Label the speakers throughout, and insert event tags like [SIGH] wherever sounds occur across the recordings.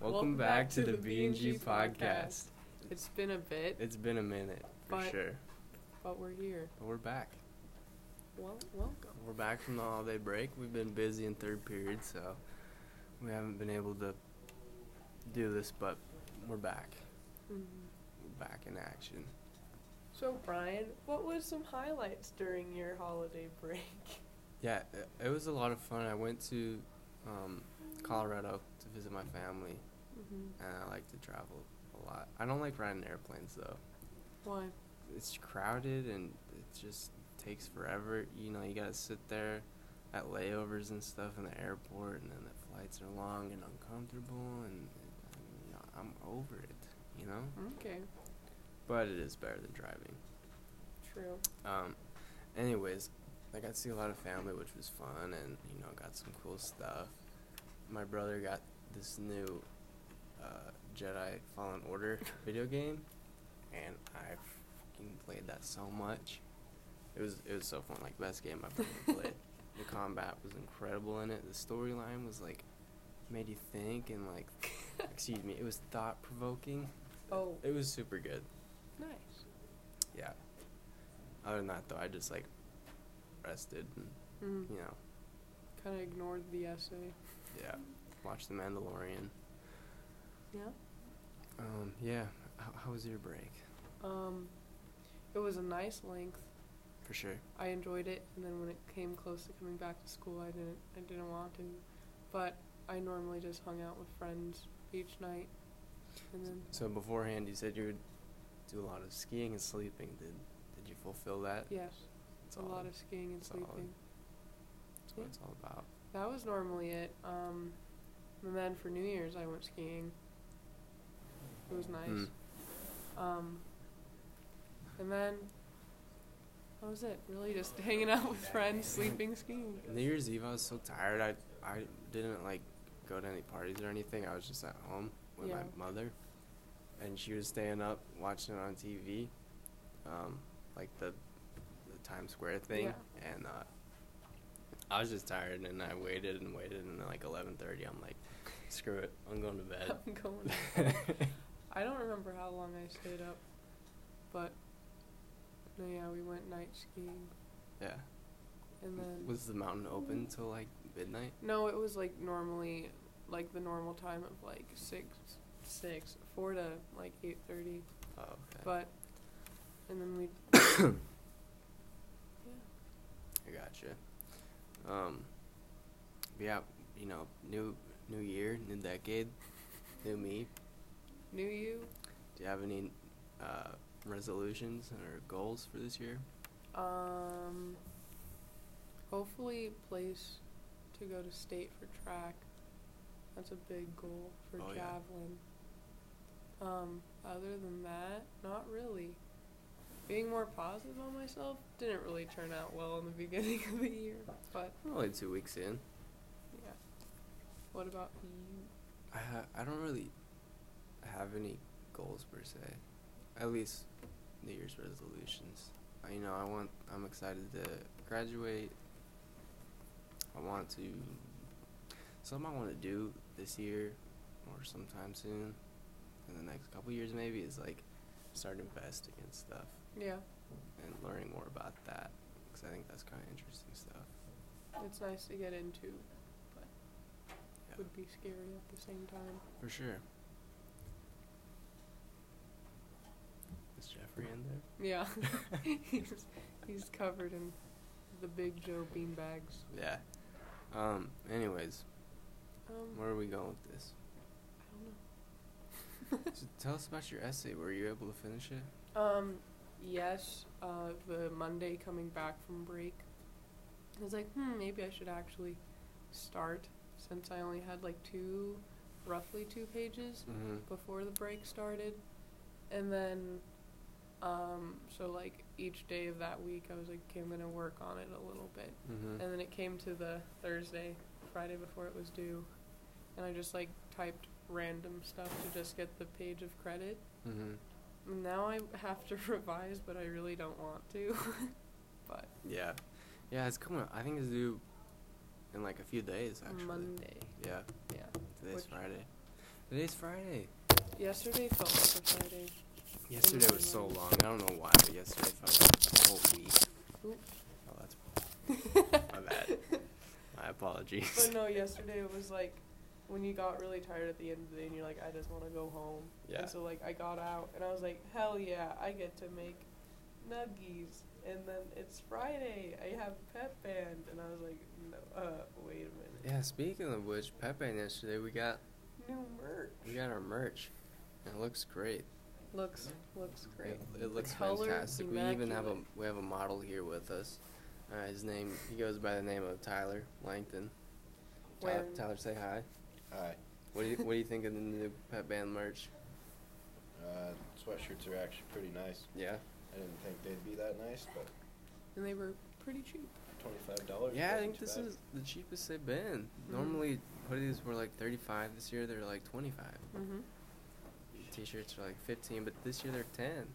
Speaker 1: Welcome back to the B&G podcast.
Speaker 2: It's been a bit,
Speaker 1: It's been a minute, for
Speaker 2: But-
Speaker 1: sure.
Speaker 2: but we're here.
Speaker 1: But We're back.
Speaker 2: Well, welcome.
Speaker 1: We're back from the holiday break. We've been busy in third period, so we haven't been able to do this, but we're back.
Speaker 2: Mm-hmm.
Speaker 1: We're back in action.
Speaker 2: So, Brian, what was some highlights during your holiday break?
Speaker 1: Yeah, i- it was a lot of fun. I went to um, Colorado to visit my family,
Speaker 2: Mm-hmm.
Speaker 1: and I like to travel a lot. I don't like riding airplanes, though.
Speaker 2: Why?
Speaker 1: it's crowded and it just takes forever. You know, you gotta sit there at layovers and stuff in the airport, and then the flights are long and uncomfortable, and I mean, I'm over it, you know.
Speaker 2: Okay,
Speaker 1: But it is better than driving.
Speaker 2: [LAUGHS] true.
Speaker 1: Um, anyways, I got to see a lot of family, which was fun, and you know, got some cool stuff. My brother got this new uh, Jedi Fallen Order video game, and I fucking played that so much. It was it was so fun, like best game I've ever played. The combat was incredible in it. The storyline was like made you think and like excuse me, it was thought provoking.
Speaker 2: Oh,
Speaker 1: It was super good.
Speaker 2: nice.
Speaker 1: Yeah. Other than that, though, I just like rested and
Speaker 2: Mm.
Speaker 1: you know,
Speaker 2: Kind of ignored the essay.
Speaker 1: yeah, watched The Mandalorian.
Speaker 2: Yeah.
Speaker 1: Um, yeah. How, how was your break?
Speaker 2: Um, it was a nice length.
Speaker 1: For sure.
Speaker 2: I enjoyed it, and then when it came close to coming back to school, I didn't. I didn't want to, but I normally just hung out with friends each night, and then
Speaker 1: So beforehand, you said you would do a lot of skiing and sleeping. Did Did you fulfill that?
Speaker 2: yes,
Speaker 1: It's
Speaker 2: a lot of skiing and
Speaker 1: Solid.
Speaker 2: sleeping.
Speaker 1: That's what it's all about.
Speaker 2: That was normally it. Um, and then for New Year's, I went skiing. It
Speaker 1: Hmm.
Speaker 2: was nice. Um, and then that was it. Really, just [LAUGHS] hanging out with friends, sleeping, skiing.
Speaker 1: New Year's Eve, I was so tired. I I didn't like go to any parties or anything. I was just at home with
Speaker 2: Yeah.
Speaker 1: my mother, and she was staying up watching it on TV, um, like the the Times Square thing. And uh, I was just tired, and I waited and waited, and then like 11:30, I'm like, screw it, I'm going to bed.
Speaker 2: [LAUGHS] I'm
Speaker 1: [LAUGHS]
Speaker 2: going. I don't remember how long I stayed up, but no, yeah, we went night skiing,
Speaker 1: yeah.
Speaker 2: and then
Speaker 1: Was the mountain open till like midnight?
Speaker 2: no, it was like normally, like the normal time of like six, six, four to like eight thirty,
Speaker 1: Oh, okay.
Speaker 2: but and then we. [COUGHS] yeah.
Speaker 1: I gotcha. Um, yeah, you know, new new year, new decade, new me.
Speaker 2: New you.
Speaker 1: Do you have any uh, resolutions or goals for this year?
Speaker 2: Um, hopefully, place to go to state for track. That's a big goal for
Speaker 1: Oh, yeah.
Speaker 2: javelin. Um, other than that, not really. Being more positive on myself didn't really turn out well in the [LAUGHS] beginning of the year, but
Speaker 1: I'm only two weeks in.
Speaker 2: yeah. What about you?
Speaker 1: I ha- I don't really have any goals per se. At least New Year's resolutions. I, you know, I want. I'm excited to graduate. I want to. Something I want to do this year, or sometime soon, in the next couple years maybe, is like start investing in stuff
Speaker 2: Yeah,
Speaker 1: and learning more about that because I think that's kind of interesting stuff.
Speaker 2: it's nice to get into, but
Speaker 1: Yeah.
Speaker 2: would be scary at the same time.
Speaker 1: For sure. Is Jeffrey in there?
Speaker 2: Yeah. [LAUGHS] he's, he's covered in the Big Joe beanbags.
Speaker 1: Yeah. Um. Anyways,
Speaker 2: Um,
Speaker 1: where are we going with [LAUGHS] this?
Speaker 2: I
Speaker 1: So tell us about your essay. Were you able to finish it?
Speaker 2: don't know. [LAUGHS] Um, yes, uh, the Monday coming back from break, I was like, hmm, maybe I should actually start since I only had like two, roughly two pages
Speaker 1: Mm-hmm.
Speaker 2: before the break started. And then, um, so like each day of that week, I was like, okay, I'm going to work on it a little bit.
Speaker 1: Mm-hmm.
Speaker 2: And then it came to the Thursday, Friday before it was due, and I just like typed random stuff to just get the page of credit.
Speaker 1: Mm-hmm.
Speaker 2: Now I have to [LAUGHS] revise, but I really don't want to. [LAUGHS] but
Speaker 1: Yeah. Yeah. It's coming. up. I think it's due in like a few days. Actually.
Speaker 2: Monday,
Speaker 1: Yeah.
Speaker 2: yeah,
Speaker 1: Today's
Speaker 2: Which-
Speaker 1: Friday. Today's Friday.
Speaker 2: Yesterday felt like a Friday.
Speaker 1: Yesterday was so long. I don't know why, but yesterday felt like a whole week.
Speaker 2: Oop.
Speaker 1: Oh, that's [LAUGHS] my bad.
Speaker 2: [LAUGHS]
Speaker 1: My apologies.
Speaker 2: But no, yesterday it was like when you got really tired at the end of the day and you're like, I just want to go home.
Speaker 1: Yeah.
Speaker 2: And so like I got out and I was like, hell yeah, I get to make nuggies. And then it's Friday. I have pep band. And I was like, no, uh, wait a minute.
Speaker 1: Yeah. Speaking of which, Pepe and yesterday we got
Speaker 2: New merch.
Speaker 1: we got our merch. And it looks great.
Speaker 2: Looks looks great.
Speaker 1: It, it looks
Speaker 2: color,
Speaker 1: fantastic. We even have a
Speaker 2: immaculate.
Speaker 1: we have a model here with us. Uh, his name he goes by the name of Tyler Langton. Ty-
Speaker 2: Where-
Speaker 1: Tyler, say hi.
Speaker 3: Hi.
Speaker 1: What do you What do you think of the new Pep Band merch?
Speaker 3: Uh, sweatshirts are actually pretty nice.
Speaker 1: Yeah.
Speaker 3: I didn't think they'd be that nice, but
Speaker 2: And they were pretty cheap.
Speaker 3: twenty-five dollars.
Speaker 1: Yeah, I think this is the cheapest they've been.
Speaker 2: Mhm.
Speaker 1: Normally, hoodies were like thirty-five. This year, they're like twenty-five.
Speaker 2: Mm-hmm.
Speaker 1: T-shirts are like fifteen, but this year they're ten.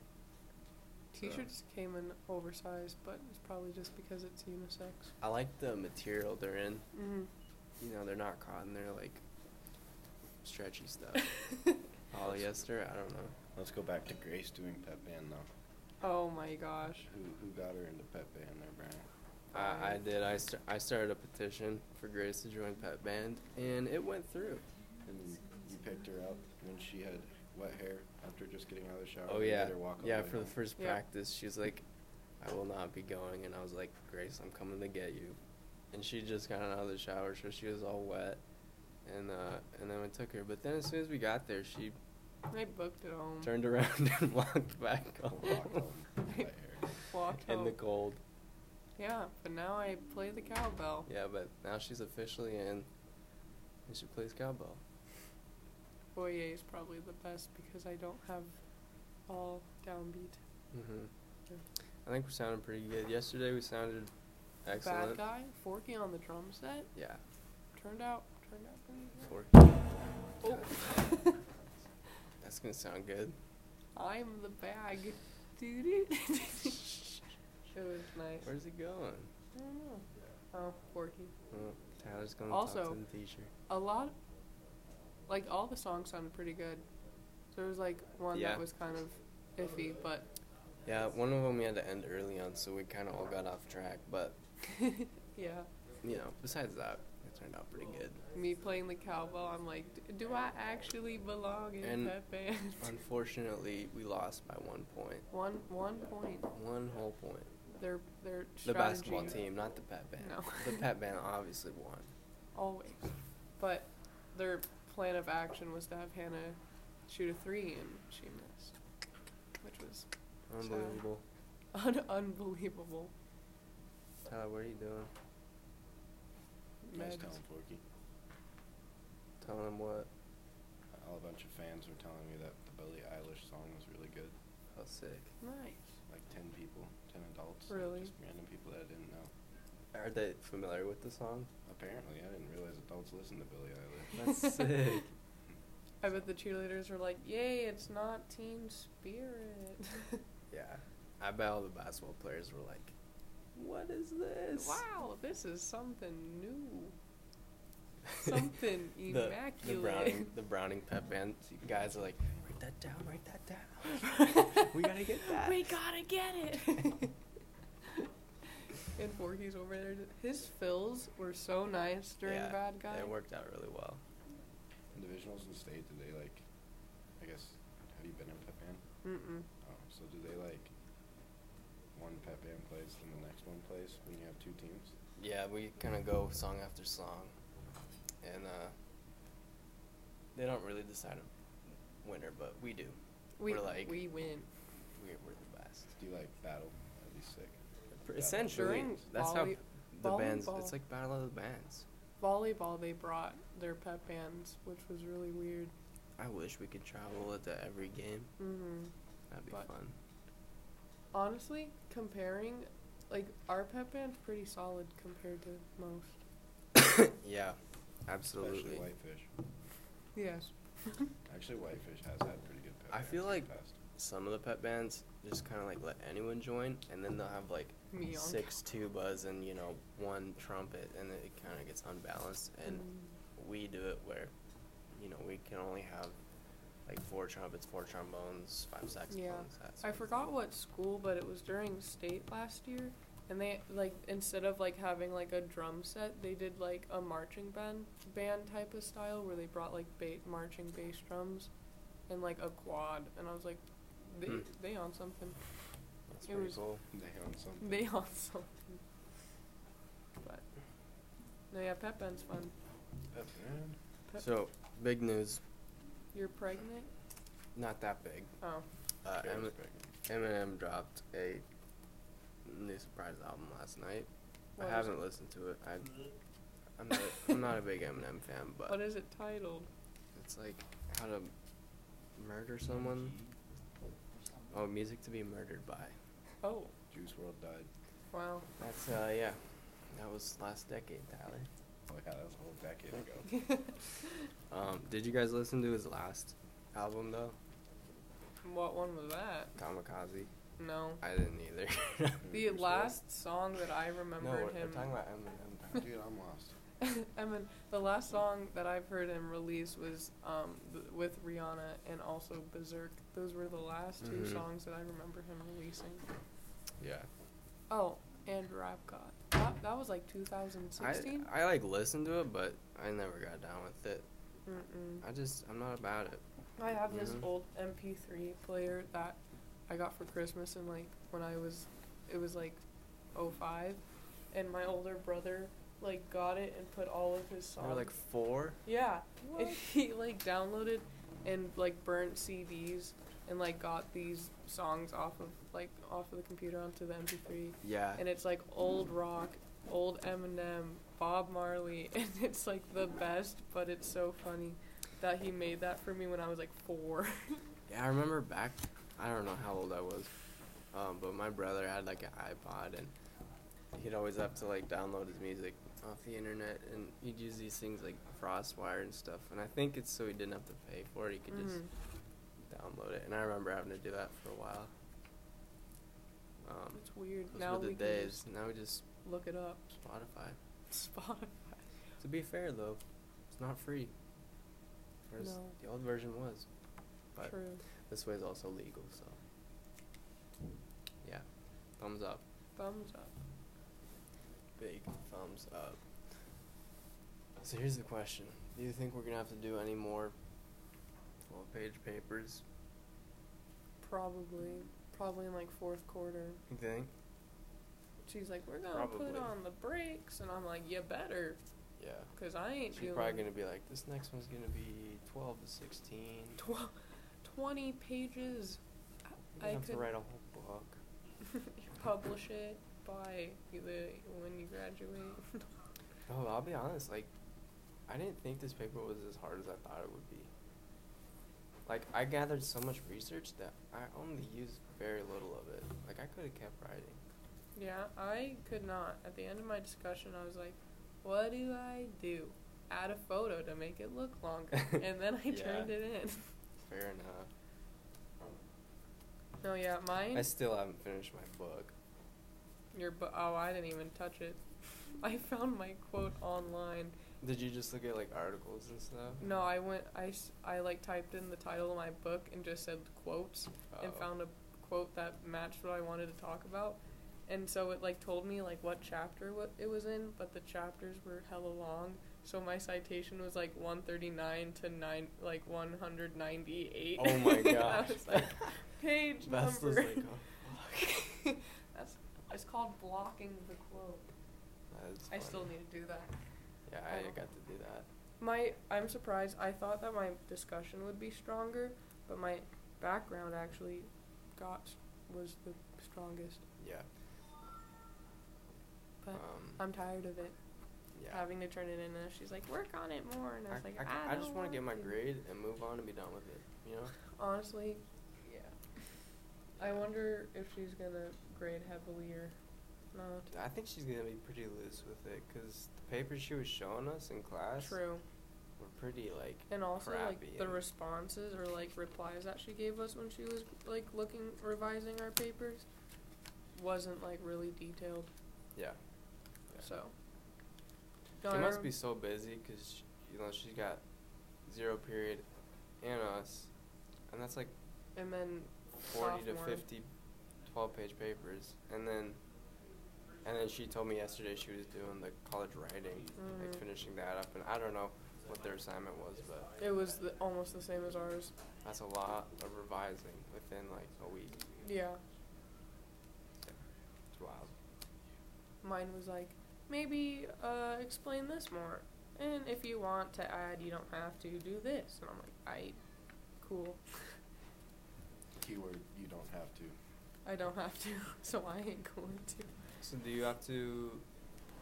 Speaker 2: T-shirts came in oversized, but it's probably just because it's unisex.
Speaker 1: I like the material they're in.
Speaker 2: Mm-hmm.
Speaker 1: You know, they're not cotton. They're like stretchy stuff.
Speaker 2: [LAUGHS]
Speaker 1: Polyester. I don't know.
Speaker 3: Let's go back to Grace doing pep band though.
Speaker 2: Oh my gosh.
Speaker 3: Who who got her into pep band there, Brian?
Speaker 1: I, I
Speaker 2: Fine.
Speaker 1: did. I, st- I started a petition for Grace to join Pet Band, and it went through.
Speaker 3: And then you picked her up when she had wet hair after just getting out of the shower.
Speaker 1: Oh
Speaker 3: and you
Speaker 1: yeah,
Speaker 3: made her walk all
Speaker 1: yeah.
Speaker 3: way
Speaker 1: For the
Speaker 3: home.
Speaker 1: first
Speaker 2: Yeah.
Speaker 1: practice, she was like, "I will not be going," and I was like, "Grace, I'm coming to get you." And she just got out of the shower, so she was all wet, and uh, and then we took her. But then as soon as we got there, she
Speaker 2: I booked it home.
Speaker 1: turned around [LAUGHS] and walked back [LAUGHS]
Speaker 3: Walk
Speaker 1: home
Speaker 3: home, wet hair.
Speaker 2: Walked
Speaker 1: in
Speaker 2: home.
Speaker 1: the cold.
Speaker 2: yeah, but now I play the cowbell.
Speaker 1: Yeah, but now she's officially in, and she plays cowbell.
Speaker 2: Boyer is probably the best because I don't have all downbeat.
Speaker 1: hmm
Speaker 2: Yeah.
Speaker 1: I think we sounded pretty good. Yesterday we sounded
Speaker 2: Bad
Speaker 1: excellent.
Speaker 2: guy, Forky on the drum set,
Speaker 1: Yeah.
Speaker 2: turned out, turned out pretty good.
Speaker 1: Four.
Speaker 2: Oh, [LAUGHS]
Speaker 1: That's gonna sound good. [LAUGHS]
Speaker 2: I'm the bag, [LAUGHS] dude. it was nice.
Speaker 1: Where's it going?
Speaker 2: I don't know. Oh, Forky.
Speaker 1: Well, Tyler's gonna talk
Speaker 2: Also-
Speaker 1: to the teacher.
Speaker 2: a lot like all the songs sounded pretty good there was like one
Speaker 1: Yeah.
Speaker 2: that was kind of iffy but [LAUGHS]
Speaker 1: Yeah, one of them we had to end early on, so we kind of all got off track. But
Speaker 2: yeah
Speaker 1: you know, besides that, it turned out pretty good.
Speaker 2: me playing the cowbell i'm like "D- do i actually belong in
Speaker 1: And-
Speaker 2: that band [LAUGHS]
Speaker 1: Unfortunately, we lost by one point.
Speaker 2: one one point
Speaker 1: One whole point.
Speaker 2: their their
Speaker 1: The
Speaker 2: strategy
Speaker 1: basketball team, not the pet band.
Speaker 2: [LAUGHS] No.
Speaker 1: The pet band obviously won.
Speaker 2: always but their plan of action was to have hannah shoot a three and she missed which was [LAUGHS]
Speaker 1: Unbelievable.
Speaker 2: un- unbelievable
Speaker 1: Tyler, what are you doing?
Speaker 3: I was
Speaker 2: Meds.
Speaker 3: telling Forky.
Speaker 1: Telling him what?
Speaker 3: All a bunch of fans were telling me that the Billie Eilish song was really good.
Speaker 1: How sick.
Speaker 2: nice
Speaker 3: Like ten people, ten adults. like,
Speaker 2: Really?
Speaker 3: Just random people that I didn't know.
Speaker 1: Are they familiar with the song?
Speaker 3: Apparently, I didn't realize adults listen to Billie Eilish.
Speaker 1: That's sick.
Speaker 2: I bet the cheerleaders were like, "Yay, it's not Team Spirit."
Speaker 1: [LAUGHS]
Speaker 2: [LAUGHS]
Speaker 1: Yeah. I bet all the basketball players were like, what is this? [LAUGHS]
Speaker 2: wow, this is something new, something
Speaker 1: [LAUGHS] the, the Browning,
Speaker 2: immaculate.
Speaker 1: the Browning pep band guys are like, write that down, write that down.
Speaker 2: [LAUGHS]
Speaker 1: we gotta get that.
Speaker 2: we gotta get it. [LAUGHS] and Forky's over there. His fills were so nice during
Speaker 1: Yeah,
Speaker 2: Bad Guy.
Speaker 1: It worked out really well.
Speaker 3: Individuals in state, do they like? I guess. Have you been in pep band?
Speaker 2: Mm-mm.
Speaker 3: Oh, so do they like? One pep band plays, then the next one plays when you have two teams.
Speaker 1: Yeah, we kind of go song after song, and uh, they don't really decide a winner, but we do.
Speaker 2: We
Speaker 1: We're like-
Speaker 2: we win.
Speaker 1: We're, we're the best.
Speaker 3: Do you like battle? That'd be sick.
Speaker 1: Essentially,
Speaker 2: During
Speaker 1: that's how
Speaker 2: volley-
Speaker 1: the bands.
Speaker 2: volleyball.
Speaker 1: It's like battle of the bands.
Speaker 2: Volleyball, they brought their pep bands, which was really weird.
Speaker 1: I wish we could travel it to every game.
Speaker 2: Mm-hmm.
Speaker 1: That'd be
Speaker 2: But-
Speaker 1: fun.
Speaker 2: Honestly, comparing, like our pep band's pretty solid compared to most.
Speaker 1: Yeah,
Speaker 3: Especially
Speaker 1: absolutely.
Speaker 3: Whitefish.
Speaker 2: Yes.
Speaker 3: Actually, Whitefish has had pretty good pep
Speaker 1: I
Speaker 3: bands
Speaker 1: feel
Speaker 3: in
Speaker 1: like-
Speaker 3: the past.
Speaker 1: Some of the pep bands just kind of like let anyone join, and then they'll have like
Speaker 2: Me on.
Speaker 1: six tubas and you know
Speaker 2: Mm-hmm.
Speaker 1: one trumpet, and it kind of gets unbalanced. And we do it where you know, we can only have like four trumpets, four trombones, five saxophones. that
Speaker 2: I
Speaker 1: sort of
Speaker 2: forgot
Speaker 1: thing.
Speaker 2: what school, but it was during state last year, and they like instead of like having like a drum set, they did like a marching band band type of style where they brought like ba- marching bass drums, and like a quad, and I was like, they
Speaker 1: Hmm.
Speaker 2: they on something, [LAUGHS]
Speaker 1: That's
Speaker 2: it
Speaker 1: pretty
Speaker 2: was-
Speaker 1: cool.
Speaker 3: They own something.
Speaker 2: they on something. But no, yeah, pep band's fun.
Speaker 3: Pep band?
Speaker 2: Pep,
Speaker 1: So big news,
Speaker 2: you're pregnant?
Speaker 1: not that big.
Speaker 2: Oh,
Speaker 1: Uh,
Speaker 3: Carrie's
Speaker 1: Em-
Speaker 3: pregnant.
Speaker 1: Eminem dropped a new surprise album last night.
Speaker 2: What
Speaker 1: I
Speaker 2: is
Speaker 1: haven't listened to it. I, I'm not, I'm not a big Eminem fan, but
Speaker 2: what is it titled?
Speaker 1: it's like how to murder someone. Oh, music to be murdered by.
Speaker 2: Oh,
Speaker 3: Juice World died.
Speaker 2: wow.
Speaker 1: That's uh yeah, that was last decade, Tyler.
Speaker 3: Oh yeah, that was a whole decade ago.
Speaker 1: Um, did you guys listen to his last album though,
Speaker 2: What one was that?
Speaker 1: Kamikaze?
Speaker 2: No.
Speaker 1: I didn't either. [LAUGHS]
Speaker 2: The
Speaker 3: Juice WRLD.
Speaker 2: last song that I
Speaker 1: no,
Speaker 2: remembered
Speaker 1: we're, we're
Speaker 2: him.
Speaker 1: talking about Eminem. Tyler.
Speaker 3: Uh, Dude, I'm lost.
Speaker 2: [LAUGHS] I mean, the last song that I've heard him release was um, th- with Rihanna and also Berserk. Those were the last 2
Speaker 1: Mhm.
Speaker 2: songs that I remember him releasing.
Speaker 1: yeah.
Speaker 2: Oh, and Rap God. That, that was like 2016.
Speaker 1: I I like listened to it, but I never got down with it.
Speaker 2: Mm-mm.
Speaker 1: I uh, just I'm not about it.
Speaker 2: I have this
Speaker 1: Mhm.
Speaker 2: old MP3 player that I got for Christmas and like when I was it was like 05 and my older brother like got it and put all of his
Speaker 1: There
Speaker 2: songs
Speaker 1: were like four.
Speaker 2: Yeah. And [LAUGHS] he like downloaded and like burnt CDs and like got these songs off of like off of the computer onto the MP3.
Speaker 1: Yeah.
Speaker 2: And it's like old rock, old Eminem, Bob Marley, [LAUGHS] and it's like the best, but it's so funny that he made that for me when I was like [LAUGHS] 4.
Speaker 1: Yeah, I remember back. I don't know how old I was, um, but my brother had like an iPod, and he'd always have to like download his music off the internet, and he'd use these things like FrostWire and stuff. And I think it's so he didn't have to pay for it; he could just
Speaker 2: Mhm. Mm-hmm.
Speaker 1: download it. And I remember having to do that for a while. Um,
Speaker 2: It's weird.
Speaker 1: those
Speaker 2: Now
Speaker 1: were the
Speaker 2: we can
Speaker 1: days.
Speaker 2: just
Speaker 1: Now we just
Speaker 2: look it up. [LAUGHS]
Speaker 1: Spotify.
Speaker 2: Spotify.
Speaker 1: To be fair though, it's not free. Whereas
Speaker 2: No.
Speaker 1: the old version was. But
Speaker 2: True.
Speaker 1: this way is also legal, so. Yeah. Thumbs up.
Speaker 2: Thumbs up.
Speaker 1: Big thumbs up. So here's the question. Do you think we're gonna have to do any more full page papers?
Speaker 2: Probably. Probably in like fourth quarter.
Speaker 1: You think?
Speaker 2: She's like, we're gonna put
Speaker 1: Probably.
Speaker 2: on the brakes, and I'm like, you better,
Speaker 1: Yeah.
Speaker 2: cause I ain't
Speaker 1: She's
Speaker 2: doing
Speaker 1: probably gonna be like, this next one's gonna be twelve to sixteen.
Speaker 2: tw- twenty pages. [LAUGHS]
Speaker 1: You're
Speaker 2: I
Speaker 1: gonna have to
Speaker 2: could-
Speaker 1: write a whole book.
Speaker 2: you publish it by the when you graduate.
Speaker 1: No, Oh, I'll be honest. Like, I didn't think this paper was as hard as I thought it would be. Like, I gathered so much research that I only used very little of it. Like, I could have kept writing.
Speaker 2: yeah, I could not. At the end of my discussion, I was like, what do I do? Add a photo to make it look
Speaker 1: [LAUGHS]
Speaker 2: longer, and then I
Speaker 1: Yeah.
Speaker 2: turned it in. [LAUGHS]
Speaker 1: Fair enough.
Speaker 2: No, yeah, mine.
Speaker 1: I still haven't finished my book.
Speaker 2: your bu- oh, I didn't even touch it. [LAUGHS] I found my quote online.
Speaker 1: Did you just look at like articles and stuff?
Speaker 2: No, I went. I, s- I, like typed in the title of my book and just said quotes and
Speaker 1: Oh.
Speaker 2: found a quote that matched what I wanted to talk about, and so it like told me like what chapter what it was in, but the chapters were hella long. So my citation was like 139 to nine like 198.
Speaker 1: Oh my
Speaker 2: [LAUGHS] I
Speaker 1: gosh.
Speaker 2: was like page
Speaker 1: That's
Speaker 2: number.
Speaker 1: just like, oh, fuck.
Speaker 2: [LAUGHS] That's it's called blocking the quote.
Speaker 1: That is
Speaker 2: I
Speaker 1: funny.
Speaker 2: still need to do that.
Speaker 1: Yeah, I
Speaker 2: Oh.
Speaker 1: got to do that.
Speaker 2: My I'm surprised. I thought that my discussion would be stronger, but my background actually got was the strongest.
Speaker 1: Yeah.
Speaker 2: But
Speaker 1: um.
Speaker 2: I'm tired of it
Speaker 1: yeah.
Speaker 2: having to turn it in. And she's like, "Work on it more," and I was
Speaker 1: I,
Speaker 2: like,
Speaker 1: I,
Speaker 2: "I,
Speaker 1: I just
Speaker 2: want
Speaker 1: want to get my grade and move on and be done with it. You know.
Speaker 2: Honestly, yeah. I wonder if she's gonna grade heavily or not.
Speaker 1: I think she's gonna be pretty loose with it, cause the papers she was showing us in class
Speaker 2: True.
Speaker 1: were pretty like.
Speaker 2: And also
Speaker 1: crappy
Speaker 2: like the
Speaker 1: and-
Speaker 2: responses or like replies that she gave us when she was like looking revising our papers wasn't like really detailed.
Speaker 1: Yeah. yeah.
Speaker 2: So.
Speaker 1: She must
Speaker 2: Darn.
Speaker 1: be so busy, cause she, you know she's got zero period, and us, and that's like
Speaker 2: And then
Speaker 1: 40
Speaker 2: sophomore.
Speaker 1: to 50 12 page papers and then and then she told me yesterday she was doing the college writing like
Speaker 2: Mhm.
Speaker 1: finishing that up and i don't know what their assignment was but
Speaker 2: It was the, almost the same as ours.
Speaker 1: that's a lot of revising within like a week
Speaker 2: Yeah.
Speaker 1: it's wild
Speaker 2: Mine was like, maybe uh, explain this more. And if you want to add, you don't have to do this. And I'm like, I, cool. [LAUGHS]
Speaker 3: Keyword, you don't have to.
Speaker 2: I don't have to, [LAUGHS] so I ain't going to.
Speaker 1: so do you have to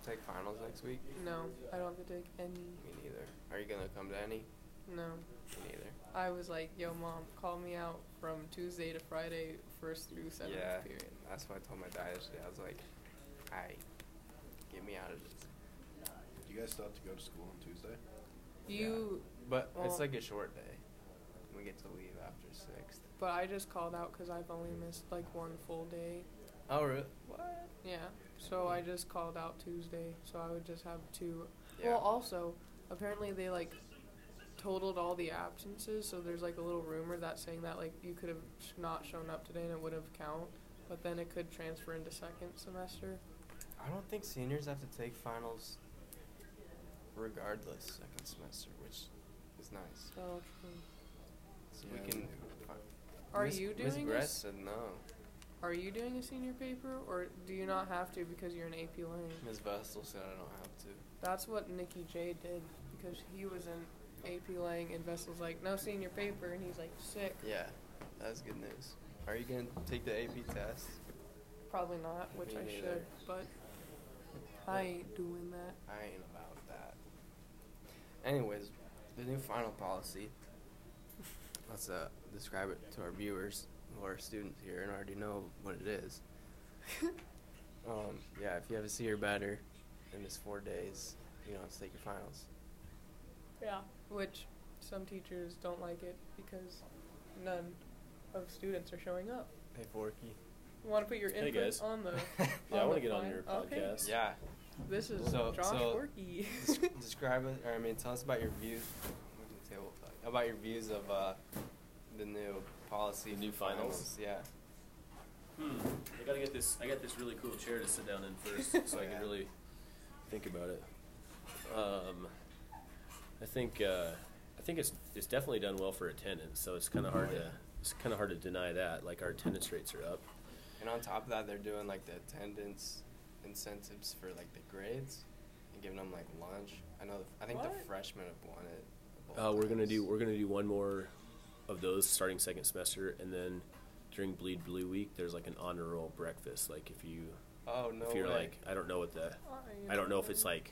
Speaker 1: take finals next week
Speaker 2: No, I don't have to take any.
Speaker 1: me neither are you gonna come to any
Speaker 2: No.
Speaker 1: me neither
Speaker 2: I was like, yo, mom, call me out from Tuesday to Friday, first through seventh
Speaker 1: Yeah.
Speaker 2: period.
Speaker 1: that's what i told my dad yesterday i was like i get me out of this
Speaker 3: Do you guys still have to go to school on Tuesday?
Speaker 2: You,
Speaker 1: but
Speaker 2: Well-
Speaker 1: it's like a short day we get to leave after sixth
Speaker 2: but I just called out because I've only missed like one full day.
Speaker 1: oh really what
Speaker 2: Yeah. So I just called out Tuesday, so I would just have two.
Speaker 1: Yeah.
Speaker 2: Well, also, apparently they like totaled all the absences, so there's like a little rumor that saying that like you could have sh- not shown up today and it would have count, but then it could transfer into second semester.
Speaker 1: I don't think seniors have to take finals regardless second semester, which is nice.
Speaker 2: So true.
Speaker 1: So
Speaker 3: Yeah,
Speaker 1: we can.
Speaker 3: they do.
Speaker 2: Are
Speaker 1: Miss-
Speaker 2: you
Speaker 1: Miss
Speaker 2: doing
Speaker 1: Brett
Speaker 2: this?
Speaker 1: said no.
Speaker 2: Are you doing a senior paper, or do you not have to because you're an AP Lang?
Speaker 1: Ms. Vestal said I don't have to.
Speaker 2: That's what Nikki J did because he was in AP Lang, and Vessel's like, no senior paper, and he's like, sick.
Speaker 1: Yeah, that's good news. Are you gonna take the AP test?
Speaker 2: Probably not, which
Speaker 1: Me
Speaker 2: I should,
Speaker 1: neither.
Speaker 2: but I ain't doing that.
Speaker 1: I ain't about that. Anyways, the new final policy. Let's uh, describe it to our viewers who are students here and already know what it [LAUGHS] is. um, yeah, if you have a C or better in this four days, you don't have to take your finals.
Speaker 2: Yeah. Which some teachers don't like it because none of students are showing up.
Speaker 1: Hey, Forky.
Speaker 2: Want to put your
Speaker 4: Hey,
Speaker 2: input
Speaker 4: guys.
Speaker 2: on the?
Speaker 4: Yeah, I
Speaker 2: on
Speaker 4: want
Speaker 2: the
Speaker 4: to get on
Speaker 2: fine-
Speaker 4: your
Speaker 2: okay.
Speaker 1: [LAUGHS]
Speaker 4: podcast.
Speaker 1: Yeah.
Speaker 2: This is
Speaker 1: So-
Speaker 2: Josh
Speaker 1: so-
Speaker 2: Forky.
Speaker 4: [LAUGHS]
Speaker 2: [LAUGHS]
Speaker 1: Des- describe it, or I mean, tell us about your views. we can table talk. About your views of uh, the new policy.
Speaker 4: The new
Speaker 1: for
Speaker 4: finals?
Speaker 1: Yeah.
Speaker 4: Hmm. I gotta get this. I got this really cool chair to sit down in first, so I
Speaker 1: Yeah.
Speaker 4: can really think about it. Um, I think uh, I think it's it's definitely done well for attendance. So it's kind of hard to it's kind of hard to deny that. Like our attendance rates are up.
Speaker 1: And on top of that, they're doing like the attendance incentives for like the grades and giving them like lunch. I know. The, I think
Speaker 2: What?
Speaker 1: the freshmen have won it. both
Speaker 4: Uh, we're gonna
Speaker 1: times.
Speaker 4: do we're gonna do one more of those starting second semester, and then during Bleed Blue Week, there's like an honor roll breakfast. Like if you
Speaker 1: Oh no
Speaker 4: if you're
Speaker 1: way.
Speaker 4: like I don't know what the I don't know if it's like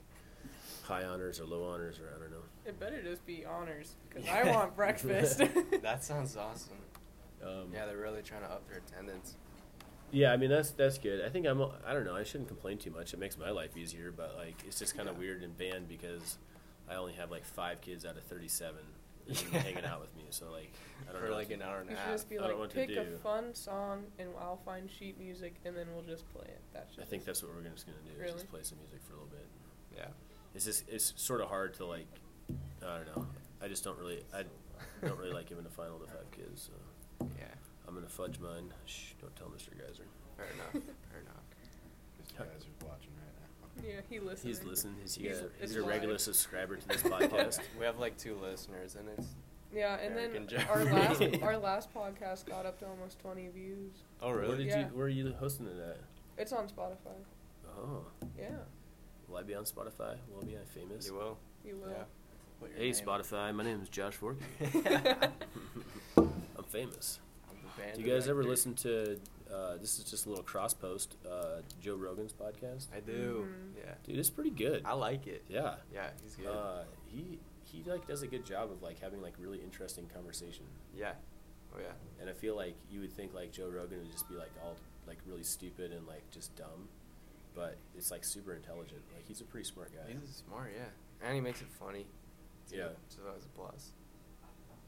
Speaker 4: high honors or low honors or I don't know.
Speaker 2: It better just be honors because I
Speaker 4: [LAUGHS]
Speaker 2: want breakfast.
Speaker 1: [LAUGHS] That sounds awesome.
Speaker 4: Um,
Speaker 1: Yeah, they're really trying to up their attendance.
Speaker 4: yeah, I mean that's that's good. I think I'm I don't know. I shouldn't complain too much. It makes my life easier, but like it's just kind of
Speaker 1: Yeah.
Speaker 4: weird in band because I only have like five kids out of thirty-seven
Speaker 1: [LAUGHS]
Speaker 4: even
Speaker 1: Yeah.
Speaker 4: hanging out with me. So like I don't
Speaker 1: for
Speaker 4: know.
Speaker 1: like an hour and
Speaker 2: You
Speaker 1: a
Speaker 2: should
Speaker 1: half.
Speaker 2: just be
Speaker 4: I don't know
Speaker 2: like,
Speaker 4: what to
Speaker 2: pick a
Speaker 4: do.
Speaker 2: fun song and I'll find sheet music and then we'll just play it. That's
Speaker 4: I
Speaker 2: just
Speaker 4: think that's what we're just gonna do. Is
Speaker 2: Really?
Speaker 4: just play some music for a little bit.
Speaker 1: yeah.
Speaker 4: It's just it's sort of hard to like. I don't know. I just don't really I don't really like giving a final to five kids. So
Speaker 1: [LAUGHS] Yeah.
Speaker 4: I'm gonna fudge mine. Shh! Don't tell Mr. Geyser.
Speaker 1: Fair enough. Fair enough.
Speaker 3: Mr. Geyser's watching right now.
Speaker 2: Yeah, he listens.
Speaker 4: He's listening. He's,
Speaker 2: He's-
Speaker 4: he's, a,
Speaker 2: it's
Speaker 4: he's a regular
Speaker 2: live.
Speaker 4: subscriber to this [LAUGHS] podcast.
Speaker 1: we have like two listeners, and it's
Speaker 2: Yeah, and
Speaker 1: Eric and
Speaker 2: then
Speaker 1: Jeff.
Speaker 2: our last
Speaker 4: [LAUGHS]
Speaker 2: our last podcast got up to almost twenty views.
Speaker 1: oh
Speaker 4: Where did
Speaker 2: Yeah.
Speaker 4: you? Where are you hosting it at?
Speaker 2: It's on Spotify.
Speaker 4: Oh,
Speaker 2: Yeah,
Speaker 4: will I be on Spotify? Will I be on famous?
Speaker 1: You will.
Speaker 2: you will.
Speaker 1: Yeah. Put your
Speaker 4: Hey,
Speaker 1: name.
Speaker 4: Spotify. My name is
Speaker 1: [LAUGHS]
Speaker 4: Josh Forky. [LAUGHS] I'm famous.
Speaker 1: I'm the band
Speaker 4: Do you guys ever
Speaker 1: director.
Speaker 4: listen to? Uh, this is just a little cross post. Uh, Joe Rogan's podcast.
Speaker 1: I do.
Speaker 2: Mhm.
Speaker 1: Yeah.
Speaker 4: Dude, it's pretty good.
Speaker 1: I like it.
Speaker 4: Yeah.
Speaker 1: Yeah, he's good.
Speaker 4: Uh, he he like does a good job of like having like really interesting conversation.
Speaker 1: yeah. Oh yeah.
Speaker 4: And I feel like you would think like Joe Rogan would just be like all like really stupid and like just dumb, but it's like super intelligent. Like he's a pretty smart guy.
Speaker 1: He's smart, yeah. And he makes it funny. too,
Speaker 4: Yeah.
Speaker 1: So that was a plus.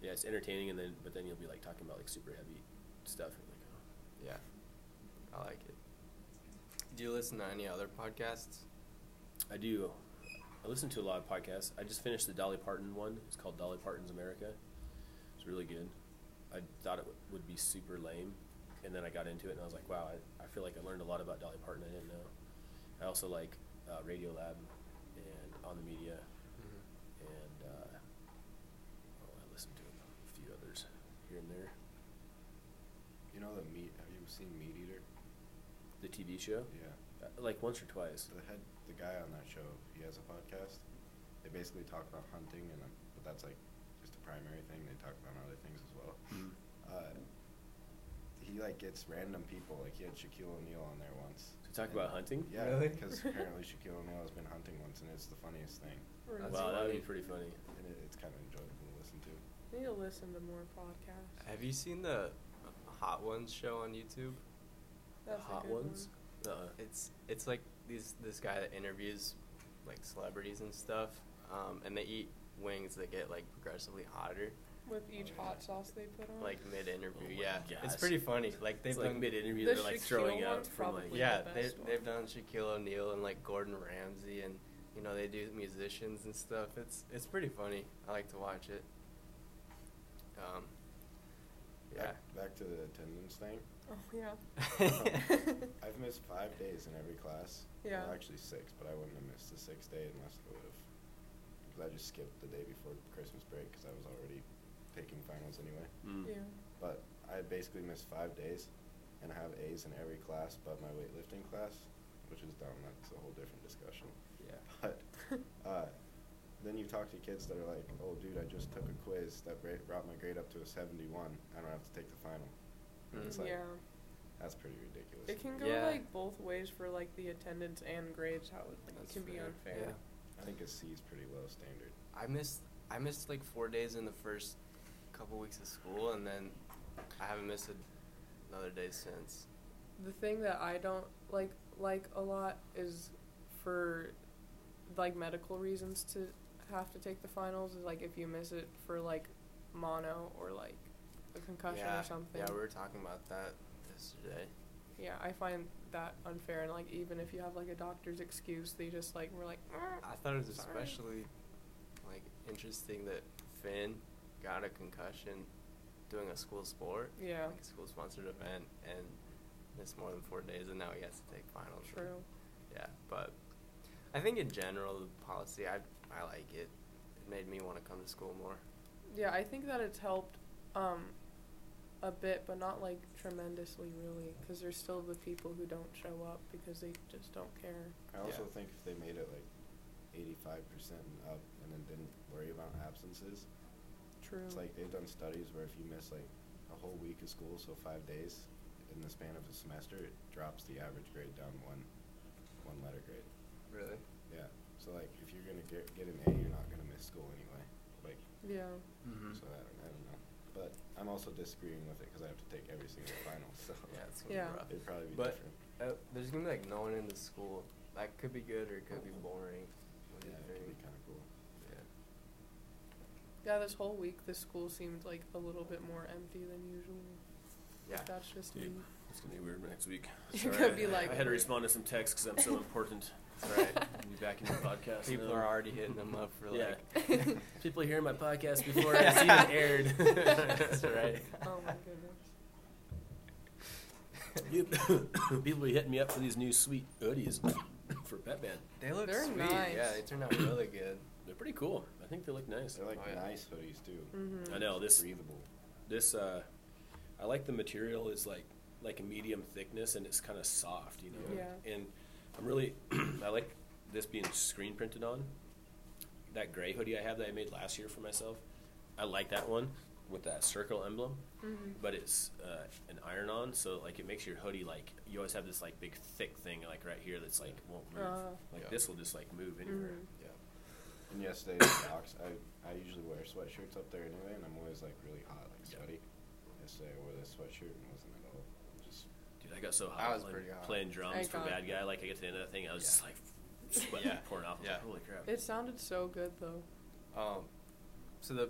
Speaker 4: Yeah, it's entertaining, and then but then you'll be like talking about like super heavy stuff. And like, oh.
Speaker 1: Yeah. I like it. Do you listen to any other podcasts?
Speaker 4: I do. I listen to a lot of podcasts. I just finished the Dolly Parton one. It's called Dolly Parton's America. It's really good. I thought it w- would be super lame, and then I got into it and I was like, wow, I, I feel like I learned a lot about Dolly Parton I didn't know. I also like uh, Radio Lab and On the Media,
Speaker 1: Mm-hmm.
Speaker 4: and uh, oh, I listened to a few others here and there.
Speaker 3: You know the meat? Have you seen Meat Eater?
Speaker 4: The TV show,
Speaker 3: Yeah.
Speaker 4: Uh, like once or twice.
Speaker 3: The head, the guy on that show, he has a podcast. They basically talk about hunting, and um, but that's like just the primary thing. They talk about other things as well.
Speaker 4: Mm-hmm.
Speaker 3: Uh, he like gets random people. Like he had Shaquille O'Neal on there once.
Speaker 4: To talk about hunting.
Speaker 3: Yeah,
Speaker 1: Really?
Speaker 4: [LAUGHS]
Speaker 3: because apparently Shaquille O'Neal has been hunting once, and it's the funniest thing.
Speaker 2: We're-
Speaker 1: That's
Speaker 4: wow, that would be
Speaker 1: funny.
Speaker 4: pretty funny.
Speaker 3: And it, it's kind of enjoyable to listen to.
Speaker 2: Need to listen to more podcasts.
Speaker 1: Have you seen the Hot Ones show on YouTube?
Speaker 2: That's a
Speaker 4: Hot
Speaker 2: good
Speaker 4: ones. Uh,
Speaker 1: It's it's like these this guy that interviews like celebrities and stuff, um, and they eat wings that get like progressively hotter,
Speaker 2: one. With each
Speaker 3: Oh, yeah.
Speaker 2: hot sauce they put on.
Speaker 1: like mid interview.
Speaker 4: Oh my
Speaker 1: yeah, it's
Speaker 4: gosh.
Speaker 1: pretty funny. Like they've
Speaker 4: it's like
Speaker 1: done
Speaker 4: mid interview,
Speaker 2: The
Speaker 4: they're like
Speaker 2: Shaquille
Speaker 4: throwing out
Speaker 2: one's
Speaker 4: from like
Speaker 2: probably
Speaker 1: yeah,
Speaker 2: the
Speaker 1: they
Speaker 2: best
Speaker 1: they've done Shaquille O'Neal and like Gordon Ramsay and you know they do musicians and stuff. It's it's pretty funny. I like to watch it. Um, yeah.
Speaker 3: Back, back to the attendance thing.
Speaker 2: Oh
Speaker 4: [LAUGHS]
Speaker 2: yeah.
Speaker 3: I've missed five days in every class.
Speaker 2: Yeah.
Speaker 3: Well, actually six, but I wouldn't have missed the sixth day unless I would have. Because I just skipped the day before Christmas break because I was already taking finals anyway.
Speaker 4: Mm.
Speaker 2: Yeah.
Speaker 3: But I basically missed five days, and I have A's in every class but my weightlifting class, which is dumb. That's a whole different discussion. [LAUGHS]
Speaker 1: yeah.
Speaker 3: But
Speaker 4: Hmm.
Speaker 2: [LAUGHS]
Speaker 3: uh, then you talk to kids that are like, "Oh, dude, I just took a quiz that ra- brought my grade up to a 71. I don't have to take the final." And
Speaker 1: Mm-hmm.
Speaker 3: It's like
Speaker 2: yeah.
Speaker 3: that's pretty ridiculous.
Speaker 2: It can go
Speaker 1: Yeah.
Speaker 2: like both ways for like the attendance and grades. How it
Speaker 1: That's
Speaker 2: can be
Speaker 1: fair.
Speaker 2: unfair.
Speaker 1: Yeah.
Speaker 3: I think a C is pretty low standard.
Speaker 1: I missed I missed like four days in the first couple weeks of school, and then I haven't missed a, another day since.
Speaker 2: the thing that I don't like like a lot is for like medical reasons to have to take the finals is like if you miss it for like mono or like a concussion
Speaker 1: yeah,
Speaker 2: or something.
Speaker 1: Yeah, we were talking about that yesterday.
Speaker 2: Yeah, I find that unfair and like even if you have like a doctor's excuse, they just like we're like "Mm."
Speaker 1: I thought it was
Speaker 2: Sorry.
Speaker 1: especially like interesting that Finn got a concussion doing a school sport,
Speaker 2: yeah,
Speaker 1: like a school sponsored event, and missed more than four days, and now he has to take finals. and-
Speaker 2: true.
Speaker 1: Yeah, but I think in general the policy I I like it. It made me want to come to school more.
Speaker 2: Yeah, I think that it's helped um a bit, but not like tremendously really because there's still the people who don't show up because they just don't care.
Speaker 3: I also
Speaker 1: Yeah.
Speaker 3: think if they made it like eighty-five percent and up, and then didn't worry about absences,
Speaker 2: True.
Speaker 3: it's like they've done studies where if you miss like a whole week of school, so five days, in the span of a semester, it drops the average grade down one, one letter grade.
Speaker 1: Really?
Speaker 3: Yeah. So like if you're gonna get get an A, you're not gonna miss school anyway. Like
Speaker 2: yeah.
Speaker 1: Mm-hmm.
Speaker 3: so I don't, I don't know. But I'm also disagreeing with it because I have to take every single final, [LAUGHS] so
Speaker 1: Yeah, it's gonna
Speaker 2: Yeah.
Speaker 1: be rough.
Speaker 3: it'd probably be
Speaker 1: But-
Speaker 3: different.
Speaker 1: Uh, there's gonna be like no one in the school. That could be good or it could be boring. What do
Speaker 3: Yeah,
Speaker 1: you
Speaker 3: it could be
Speaker 1: think?
Speaker 3: kind of cool.
Speaker 1: Yeah.
Speaker 2: Yeah, this whole week the school seemed like a little bit more empty than usual.
Speaker 1: Yeah.
Speaker 2: That's just me. [LAUGHS]
Speaker 4: Dude. It's gonna be weird next week.
Speaker 2: You're
Speaker 4: Sorry,
Speaker 2: gonna be like-
Speaker 4: I had to respond to some texts because
Speaker 2: [LAUGHS]
Speaker 4: I'm so important.
Speaker 1: That's right.
Speaker 4: I'll be back in your podcast.
Speaker 1: People
Speaker 4: now.
Speaker 1: are already hitting them up for
Speaker 4: Yeah.
Speaker 1: like.
Speaker 4: People hear
Speaker 1: [LAUGHS]
Speaker 4: my podcast [LAUGHS] before it's even aired. [LAUGHS] That's right.
Speaker 2: Oh my goodness.
Speaker 4: You- People be hitting me up for these new sweet hoodies [COUGHS] for Batman.
Speaker 1: They look
Speaker 2: They're
Speaker 1: sweet. Yeah,
Speaker 2: nice.
Speaker 1: they turned out really good.
Speaker 4: They're pretty cool. I think they look nice.
Speaker 3: They're like
Speaker 1: Oh, yeah.
Speaker 3: nice hoodies too.
Speaker 2: Mm-hmm.
Speaker 4: I know this.
Speaker 3: breathable.
Speaker 4: This uh, I like the material is like like a medium thickness and it's kind of soft, you know.
Speaker 2: Yeah.
Speaker 4: And I'm really [CLEARS THROAT] I like this being screen printed on. That gray hoodie I have that I made last year for myself, I like that one with that circle emblem,
Speaker 2: Mhm.
Speaker 4: but it's uh, an iron on, so like it makes your hoodie like you always have this like big thick thing like right here that's like won't move.
Speaker 2: Uh.
Speaker 4: like
Speaker 1: Yeah.
Speaker 4: this will just like move anywhere.
Speaker 2: Mhm.
Speaker 3: Yeah. And yesterday at the box, I, I usually wear sweatshirts up there anyway, and I'm always like really hot, like
Speaker 4: Yeah.
Speaker 3: sweaty. Yesterday I wore this sweatshirt and wasn't at all. Just
Speaker 4: Dude, I got so hot,
Speaker 1: That was
Speaker 4: playing-
Speaker 1: pretty hot.
Speaker 4: playing
Speaker 2: I
Speaker 4: drums for
Speaker 2: got-
Speaker 4: Bad Guy. Like I get to the end of that thing, I was
Speaker 1: Yeah.
Speaker 4: just like sweat
Speaker 1: Yeah.
Speaker 4: pouring off. I was
Speaker 1: Yeah.
Speaker 4: like, holy crap!
Speaker 2: It sounded so good though.
Speaker 1: Um, so the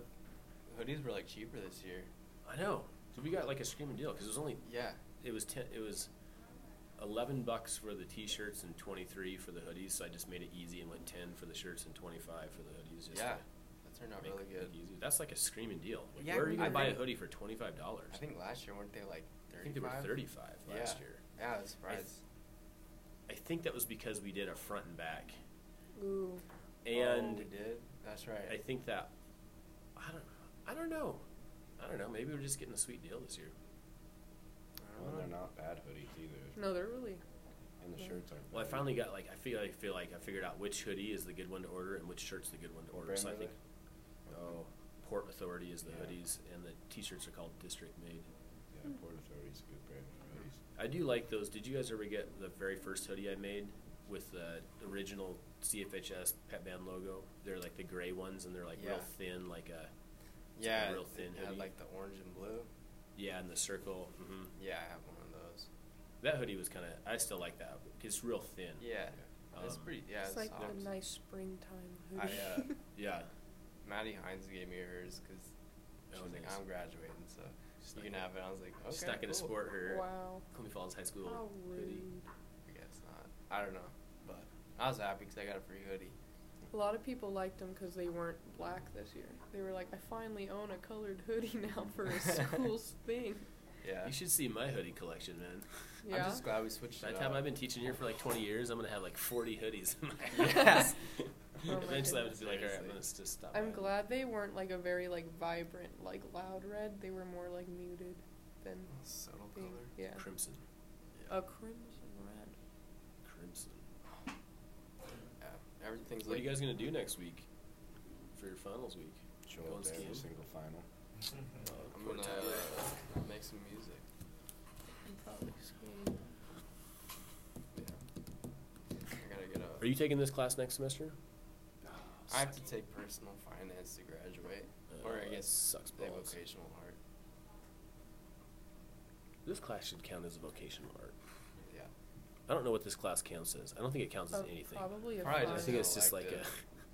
Speaker 1: hoodies were like cheaper this year.
Speaker 4: I know. So we got like a screaming deal because it was only
Speaker 1: Yeah.
Speaker 4: it was ten it was eleven bucks for the t-shirts and twenty-three for the hoodies. So I just made it easy and went ten for the shirts and twenty-five for the hoodies. Just
Speaker 1: Yeah,
Speaker 4: to
Speaker 1: that turned out
Speaker 4: make
Speaker 1: really
Speaker 4: it
Speaker 1: good.
Speaker 4: easy. That's like a screaming deal. Like,
Speaker 1: Yeah,
Speaker 4: where are you gonna
Speaker 1: I
Speaker 4: buy a
Speaker 1: think-
Speaker 4: hoodie for twenty-five dollars?
Speaker 1: I think last year weren't they like thirty-five?
Speaker 4: I think they were thirty-five last
Speaker 1: Yeah.
Speaker 4: year.
Speaker 1: Yeah, I was surprised.
Speaker 4: I think that was because we did a front and back,
Speaker 2: Ooh.
Speaker 1: oh, we
Speaker 4: and
Speaker 1: did. That's right.
Speaker 4: I think that I don't I don't know, I don't know. Maybe we're just getting a sweet deal this year.
Speaker 1: I
Speaker 3: Well,
Speaker 1: don't
Speaker 3: and they're
Speaker 1: know.
Speaker 3: not bad hoodies either,
Speaker 2: No, they're really.
Speaker 3: and the
Speaker 2: Yeah.
Speaker 3: shirts aren't.
Speaker 4: Well, I
Speaker 3: bad.
Speaker 4: finally got like I feel I feel like I figured out which hoodie is the good one to order and which shirt's the good one to
Speaker 3: What
Speaker 4: order.
Speaker 3: brand
Speaker 4: so I
Speaker 3: are
Speaker 4: think
Speaker 3: they?
Speaker 4: oh, Port Authority is the
Speaker 3: Yeah.
Speaker 4: hoodies and the t-shirts are called District Made.
Speaker 1: Hmm.
Speaker 3: Yeah, Port Authority's a good brand of hoodies.
Speaker 4: I do like those. Did you guys ever get the very first hoodie I made with the original CFHS Pet Band logo? They're like the gray ones and they're like real
Speaker 1: Yeah.
Speaker 4: thin, like a It's like a
Speaker 1: Yeah,
Speaker 4: real
Speaker 1: it-
Speaker 4: thin
Speaker 1: it had
Speaker 4: hoodie.
Speaker 1: like the orange and blue.
Speaker 4: yeah, and the circle. hmm
Speaker 1: Yeah, I have one of those.
Speaker 4: That hoodie was kind of. I still like that. It's real thin.
Speaker 1: Yeah, it's
Speaker 4: Um,
Speaker 1: pretty. Yeah,
Speaker 2: it's like
Speaker 1: soft.
Speaker 2: a nice springtime
Speaker 1: I,
Speaker 2: hoodie.
Speaker 1: uh,
Speaker 2: [LAUGHS]
Speaker 4: Yeah.
Speaker 1: Maddie Hines gave me hers because she's
Speaker 4: Oh,
Speaker 1: like,
Speaker 4: nice.
Speaker 1: I'm graduating, so you
Speaker 4: Just not
Speaker 1: can
Speaker 4: gonna-
Speaker 1: have it. I was like, okay,
Speaker 4: Just not gonna
Speaker 1: cool.
Speaker 4: sport her
Speaker 2: wow. Oh.
Speaker 4: Columbia Falls High School
Speaker 2: How
Speaker 4: hoodie.
Speaker 2: rude.
Speaker 1: I guess not. I don't know, but I was happy because I got a free hoodie.
Speaker 2: A lot of people liked them because they weren't black this year. They were like, I finally own a colored hoodie [LAUGHS] now for
Speaker 4: [LAUGHS]
Speaker 2: a school's thing.
Speaker 1: Yeah,
Speaker 4: You should see my hoodie collection, man.
Speaker 2: Yeah.
Speaker 1: I'm just glad we switched
Speaker 4: By
Speaker 1: it
Speaker 4: the
Speaker 1: up.
Speaker 4: time I've
Speaker 1: [LAUGHS]
Speaker 4: been teaching here for like 20 years, I'm gonna have like 40 hoodies in my
Speaker 1: Yeah.
Speaker 4: [LAUGHS] house.
Speaker 2: Oh my
Speaker 4: Eventually, I'm gonna
Speaker 1: goodness.
Speaker 4: be like, all right,
Speaker 1: Seriously.
Speaker 4: let's just stop.
Speaker 2: I'm
Speaker 4: by."
Speaker 2: glad they weren't like a very like vibrant, like loud red. They were more like muted than
Speaker 1: subtle
Speaker 2: pink.
Speaker 1: color.
Speaker 2: Yeah.
Speaker 4: Crimson,
Speaker 2: A crimson red.
Speaker 4: crimson.
Speaker 1: Yeah, everything's
Speaker 4: What are
Speaker 1: like
Speaker 4: you guys gonna do next week for your finals week?
Speaker 3: Show
Speaker 4: Go
Speaker 3: up
Speaker 4: and
Speaker 3: to every
Speaker 4: ski.
Speaker 3: single final.
Speaker 4: Uh,
Speaker 1: I'm
Speaker 4: Fort
Speaker 1: gonna
Speaker 4: Tyler.
Speaker 1: uh, make some music.
Speaker 2: I'm probably skating.
Speaker 1: Yeah, I gotta get up.
Speaker 4: Are you taking this class next semester?
Speaker 1: I have to take personal finance to graduate,
Speaker 4: Uh,
Speaker 1: or I
Speaker 4: that
Speaker 1: guess
Speaker 4: sucks
Speaker 1: they
Speaker 4: balls.
Speaker 1: vocational art.
Speaker 4: This class should count as a vocational art.
Speaker 1: Yeah,
Speaker 4: I don't know what this class counts as. I don't think it counts as
Speaker 2: Oh,
Speaker 4: anything.
Speaker 2: Probably a
Speaker 1: Probably
Speaker 4: I
Speaker 2: five.
Speaker 1: just
Speaker 4: think it's just like
Speaker 1: Elective.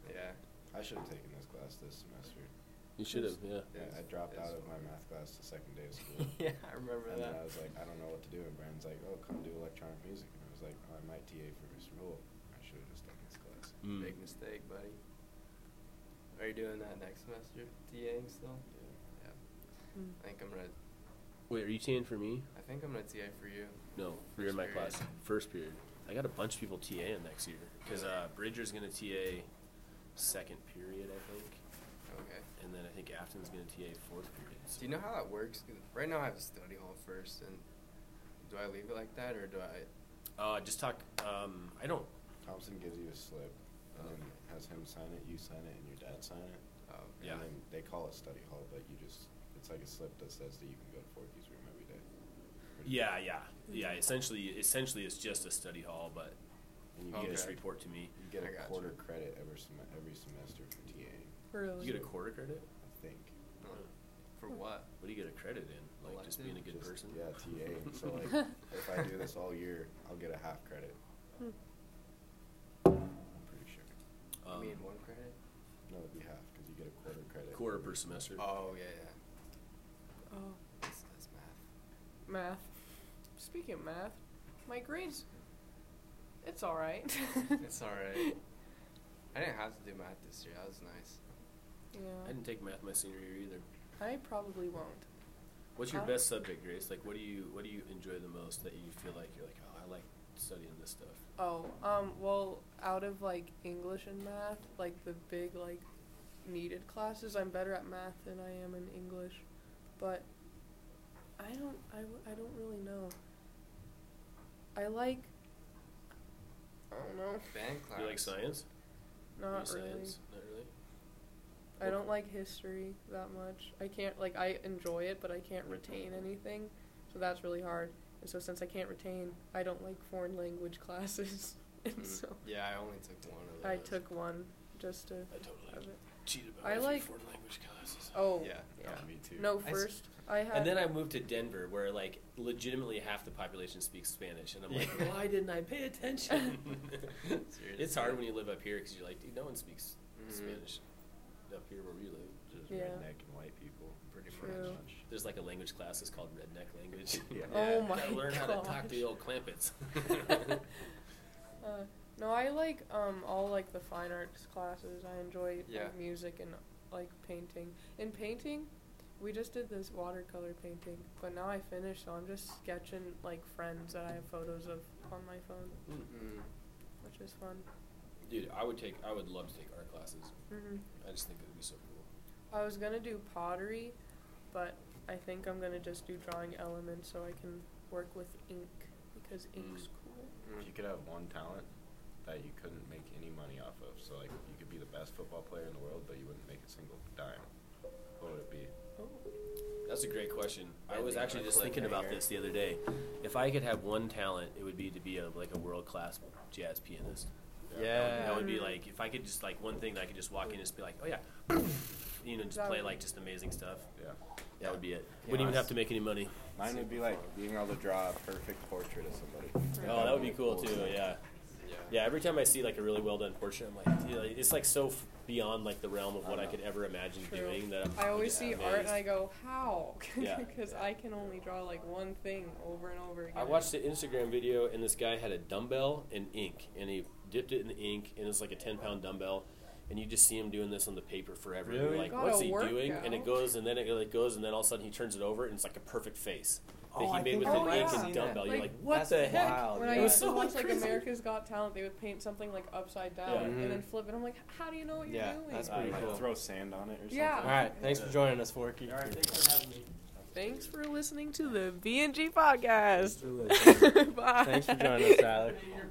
Speaker 4: a.
Speaker 1: yeah.
Speaker 3: I should have taken this class this semester.
Speaker 4: You should have, yeah.
Speaker 3: Yeah, I
Speaker 1: It's-
Speaker 3: dropped
Speaker 1: it's
Speaker 3: out of my
Speaker 1: fun.
Speaker 3: math class the second day of school.
Speaker 1: [LAUGHS] yeah, I [LAUGHS] remember
Speaker 3: And then
Speaker 1: that.
Speaker 3: I was like, I don't know what to do. And Brandon's like, oh, come do electronic music. And I was like, oh, I might TA for Mr. Rule. I should have just done this class.
Speaker 4: Mm.
Speaker 1: Big mistake, buddy. Are you doing that next semester? TAing still?
Speaker 3: Yeah.
Speaker 1: Yeah.
Speaker 2: Mm.
Speaker 1: I think I'm gonna.
Speaker 4: Wait, are you TAing for me?
Speaker 1: I think I'm gonna TA for you.
Speaker 4: No,
Speaker 1: First
Speaker 4: you're in my
Speaker 1: period.
Speaker 4: class. First period. I got a bunch of people TAing next year because uh, Bridger's gonna TA second period, I think,
Speaker 1: Okay.
Speaker 4: and then I think Afton's gonna TA fourth period. so-
Speaker 1: Do you know how that works? 'Cause right now I have a study hall first, and do I leave it like that or do I?
Speaker 4: Uh, just talk. Um, I don't.
Speaker 3: Thompson gives you a slip and then
Speaker 1: Okay.
Speaker 3: has him sign it, you sign it, and your dad sign it.
Speaker 1: Oh, okay.
Speaker 4: Yeah.
Speaker 3: And then they call it study hall, but you just, it's like a slip that says that you can go to Forky's room every day. Pretty-
Speaker 4: Yeah, yeah, yeah. Essentially, essentially, it's just a study hall, but
Speaker 3: And you
Speaker 4: you
Speaker 3: get,
Speaker 4: just
Speaker 1: Okay.
Speaker 3: a-
Speaker 4: report to me.
Speaker 3: you get
Speaker 1: I
Speaker 3: a
Speaker 1: gotcha.
Speaker 3: quarter credit every, sem- every semester for TAing,
Speaker 2: Really.
Speaker 4: You get a quarter credit.
Speaker 3: I think.
Speaker 1: Uh, For what?
Speaker 4: What do you get a credit in? Like just being a good
Speaker 3: Just-
Speaker 4: person.
Speaker 3: Yeah, TA. So like, if I do this all year, I'll get a half credit.
Speaker 2: Hmm.
Speaker 3: I'm pretty sure.
Speaker 1: you
Speaker 4: Um,
Speaker 1: mean one credit?
Speaker 3: No, it'd be half because you get a quarter credit.
Speaker 4: quarter per semester.
Speaker 1: Oh yeah, yeah.
Speaker 2: Oh,
Speaker 1: That's, that's math.
Speaker 2: math. Speaking of math, my grades. It's all right. [LAUGHS]
Speaker 1: it's all right. I didn't have to do math this year. That was nice.
Speaker 4: I
Speaker 2: yeah.
Speaker 4: didn't take math my senior year either.
Speaker 2: I probably won't.
Speaker 4: What's your
Speaker 2: Huh?
Speaker 4: best subject, Grace? Like, what do you what do you enjoy the most that you feel like you're like, oh, I like studying this stuff.
Speaker 2: Oh, um, well, out of like English and math, like the big like needed classes, I'm better at math than I am in English, but I don't, I, w- I don't really know. I like, I don't know,
Speaker 1: Band class.
Speaker 4: You like science? You
Speaker 2: not really.
Speaker 4: science? Not really.
Speaker 2: I don't like history that much. I can't like I enjoy it, but I can't retain anything, so that's really hard. And so since I can't retain, I don't like foreign language [LAUGHS] classes, and
Speaker 1: Mhm.
Speaker 2: so
Speaker 1: Yeah, I only took one of those.
Speaker 2: I took one just to
Speaker 4: I
Speaker 2: have
Speaker 4: totally
Speaker 2: it.
Speaker 4: cheated
Speaker 2: I
Speaker 4: my way
Speaker 2: like-
Speaker 4: through foreign language classes.
Speaker 2: Oh,
Speaker 1: Yeah.
Speaker 2: yeah.
Speaker 3: Me too.
Speaker 2: No,
Speaker 1: I s-
Speaker 2: first I, had.
Speaker 4: And then I moved to Denver, where like legitimately half the population speaks Spanish, and I'm like,
Speaker 1: Yeah.
Speaker 4: why didn't I pay attention?
Speaker 2: [LAUGHS]
Speaker 4: [LAUGHS] it's
Speaker 1: Seriously.
Speaker 4: hard when you live up here because you're like, dude, no one speaks
Speaker 1: Mhm.
Speaker 4: Spanish up here where we live.
Speaker 3: Just
Speaker 2: Yeah.
Speaker 3: redneck and white people.
Speaker 1: Pretty
Speaker 3: Pretty
Speaker 2: True.
Speaker 3: much.
Speaker 4: There's there's like a language class that's called redneck language.
Speaker 3: Yeah.
Speaker 2: Oh my
Speaker 4: [LAUGHS] Gotta learn how to talk to the
Speaker 2: gosh.
Speaker 4: old [LAUGHS] clampets.
Speaker 2: [LAUGHS]
Speaker 4: [LAUGHS]
Speaker 2: Uh, no, I like um all like the fine arts classes. I enjoy
Speaker 5: Yeah.
Speaker 2: like, music and like painting. In painting, we just did this watercolor painting, but now I finished, so I'm just sketching like friends that I have photos of on my phone,
Speaker 4: Hmm.
Speaker 1: Mm-hmm.
Speaker 2: which is fun.
Speaker 4: Dude, I would take. I would love to take art classes.
Speaker 2: hmm
Speaker 4: I just think it would be so cool.
Speaker 2: I was gonna do pottery, but I think I'm gonna just do drawing elements so I can work with ink because
Speaker 4: Hmm.
Speaker 2: ink's cool.
Speaker 3: If you could have one talent that you couldn't make any money off of, so like you could be the best football player in the world, but you wouldn't make a single dime, what would it be?
Speaker 2: Oh.
Speaker 4: That's a great question. I
Speaker 1: I
Speaker 4: was
Speaker 1: think
Speaker 4: actually
Speaker 1: our
Speaker 4: just thinking about
Speaker 1: cliffhanger-
Speaker 4: this the other day. If I could have one talent, it would be to be a, like a world class jazz pianist.
Speaker 1: Yeah.
Speaker 4: That would be
Speaker 2: Mm.
Speaker 4: like if I could just like one thing that I could just walk in and just be like, oh yeah, you know, just
Speaker 2: That
Speaker 4: play
Speaker 2: would-
Speaker 4: like just amazing stuff.
Speaker 3: Yeah.
Speaker 4: That would be it. Wouldn't even
Speaker 1: Yeah.
Speaker 4: have to make any money.
Speaker 3: Mine would be like being able to draw a perfect portrait of somebody.
Speaker 4: Oh, that would be cool too. Yeah. Yeah. Every time I see like a really well done portrait, I'm like, dude, like, it's like so f- beyond like the realm of what I could ever imagine
Speaker 2: Uh-huh. True.
Speaker 4: doing that I'm.
Speaker 2: I always
Speaker 4: just
Speaker 2: see
Speaker 4: amazed.
Speaker 2: art and I go, how? [LAUGHS]
Speaker 4: Yeah.
Speaker 2: Because I can only draw like one thing over and over again.
Speaker 4: I watched an Instagram video and this guy had a dumbbell and ink and he dipped it in the ink and it's like a ten pound dumbbell and you just see him doing this on the paper forever. And
Speaker 1: Really?
Speaker 4: You're like,
Speaker 2: Got
Speaker 4: what's
Speaker 2: a
Speaker 4: he doing? And it
Speaker 2: workout.
Speaker 4: goes and then it like goes and then all of a sudden he turns it over and it's like a perfect face that
Speaker 1: Oh,
Speaker 4: he
Speaker 1: I
Speaker 4: made
Speaker 1: think
Speaker 4: with
Speaker 2: I
Speaker 4: an
Speaker 2: might
Speaker 4: ink
Speaker 2: have
Speaker 4: and
Speaker 2: seen that.
Speaker 4: dumbbell. You're
Speaker 2: Like,
Speaker 4: like,
Speaker 1: What
Speaker 4: what
Speaker 1: the
Speaker 4: the heck?
Speaker 1: Wild,
Speaker 2: when I
Speaker 1: yeah.
Speaker 2: used
Speaker 4: so,
Speaker 2: to watch
Speaker 4: like,
Speaker 2: like
Speaker 4: crazy.
Speaker 2: America's Got Talent, they would paint something like upside down
Speaker 4: Yeah. Mm-hmm.
Speaker 2: and then
Speaker 1: Mhm.
Speaker 2: flip it. I'm like, how do you know what you're
Speaker 1: Yeah,
Speaker 2: doing?
Speaker 1: that's
Speaker 4: pretty
Speaker 3: like
Speaker 1: cool.
Speaker 3: throw sand on it or
Speaker 2: Yeah.
Speaker 1: All
Speaker 3: something.
Speaker 1: right. Thanks for joining us, Forky.
Speaker 2: Thanks for listening to the VNG podcast.
Speaker 1: Thanks
Speaker 2: [LAUGHS] Bye.
Speaker 1: for joining us, Tyler.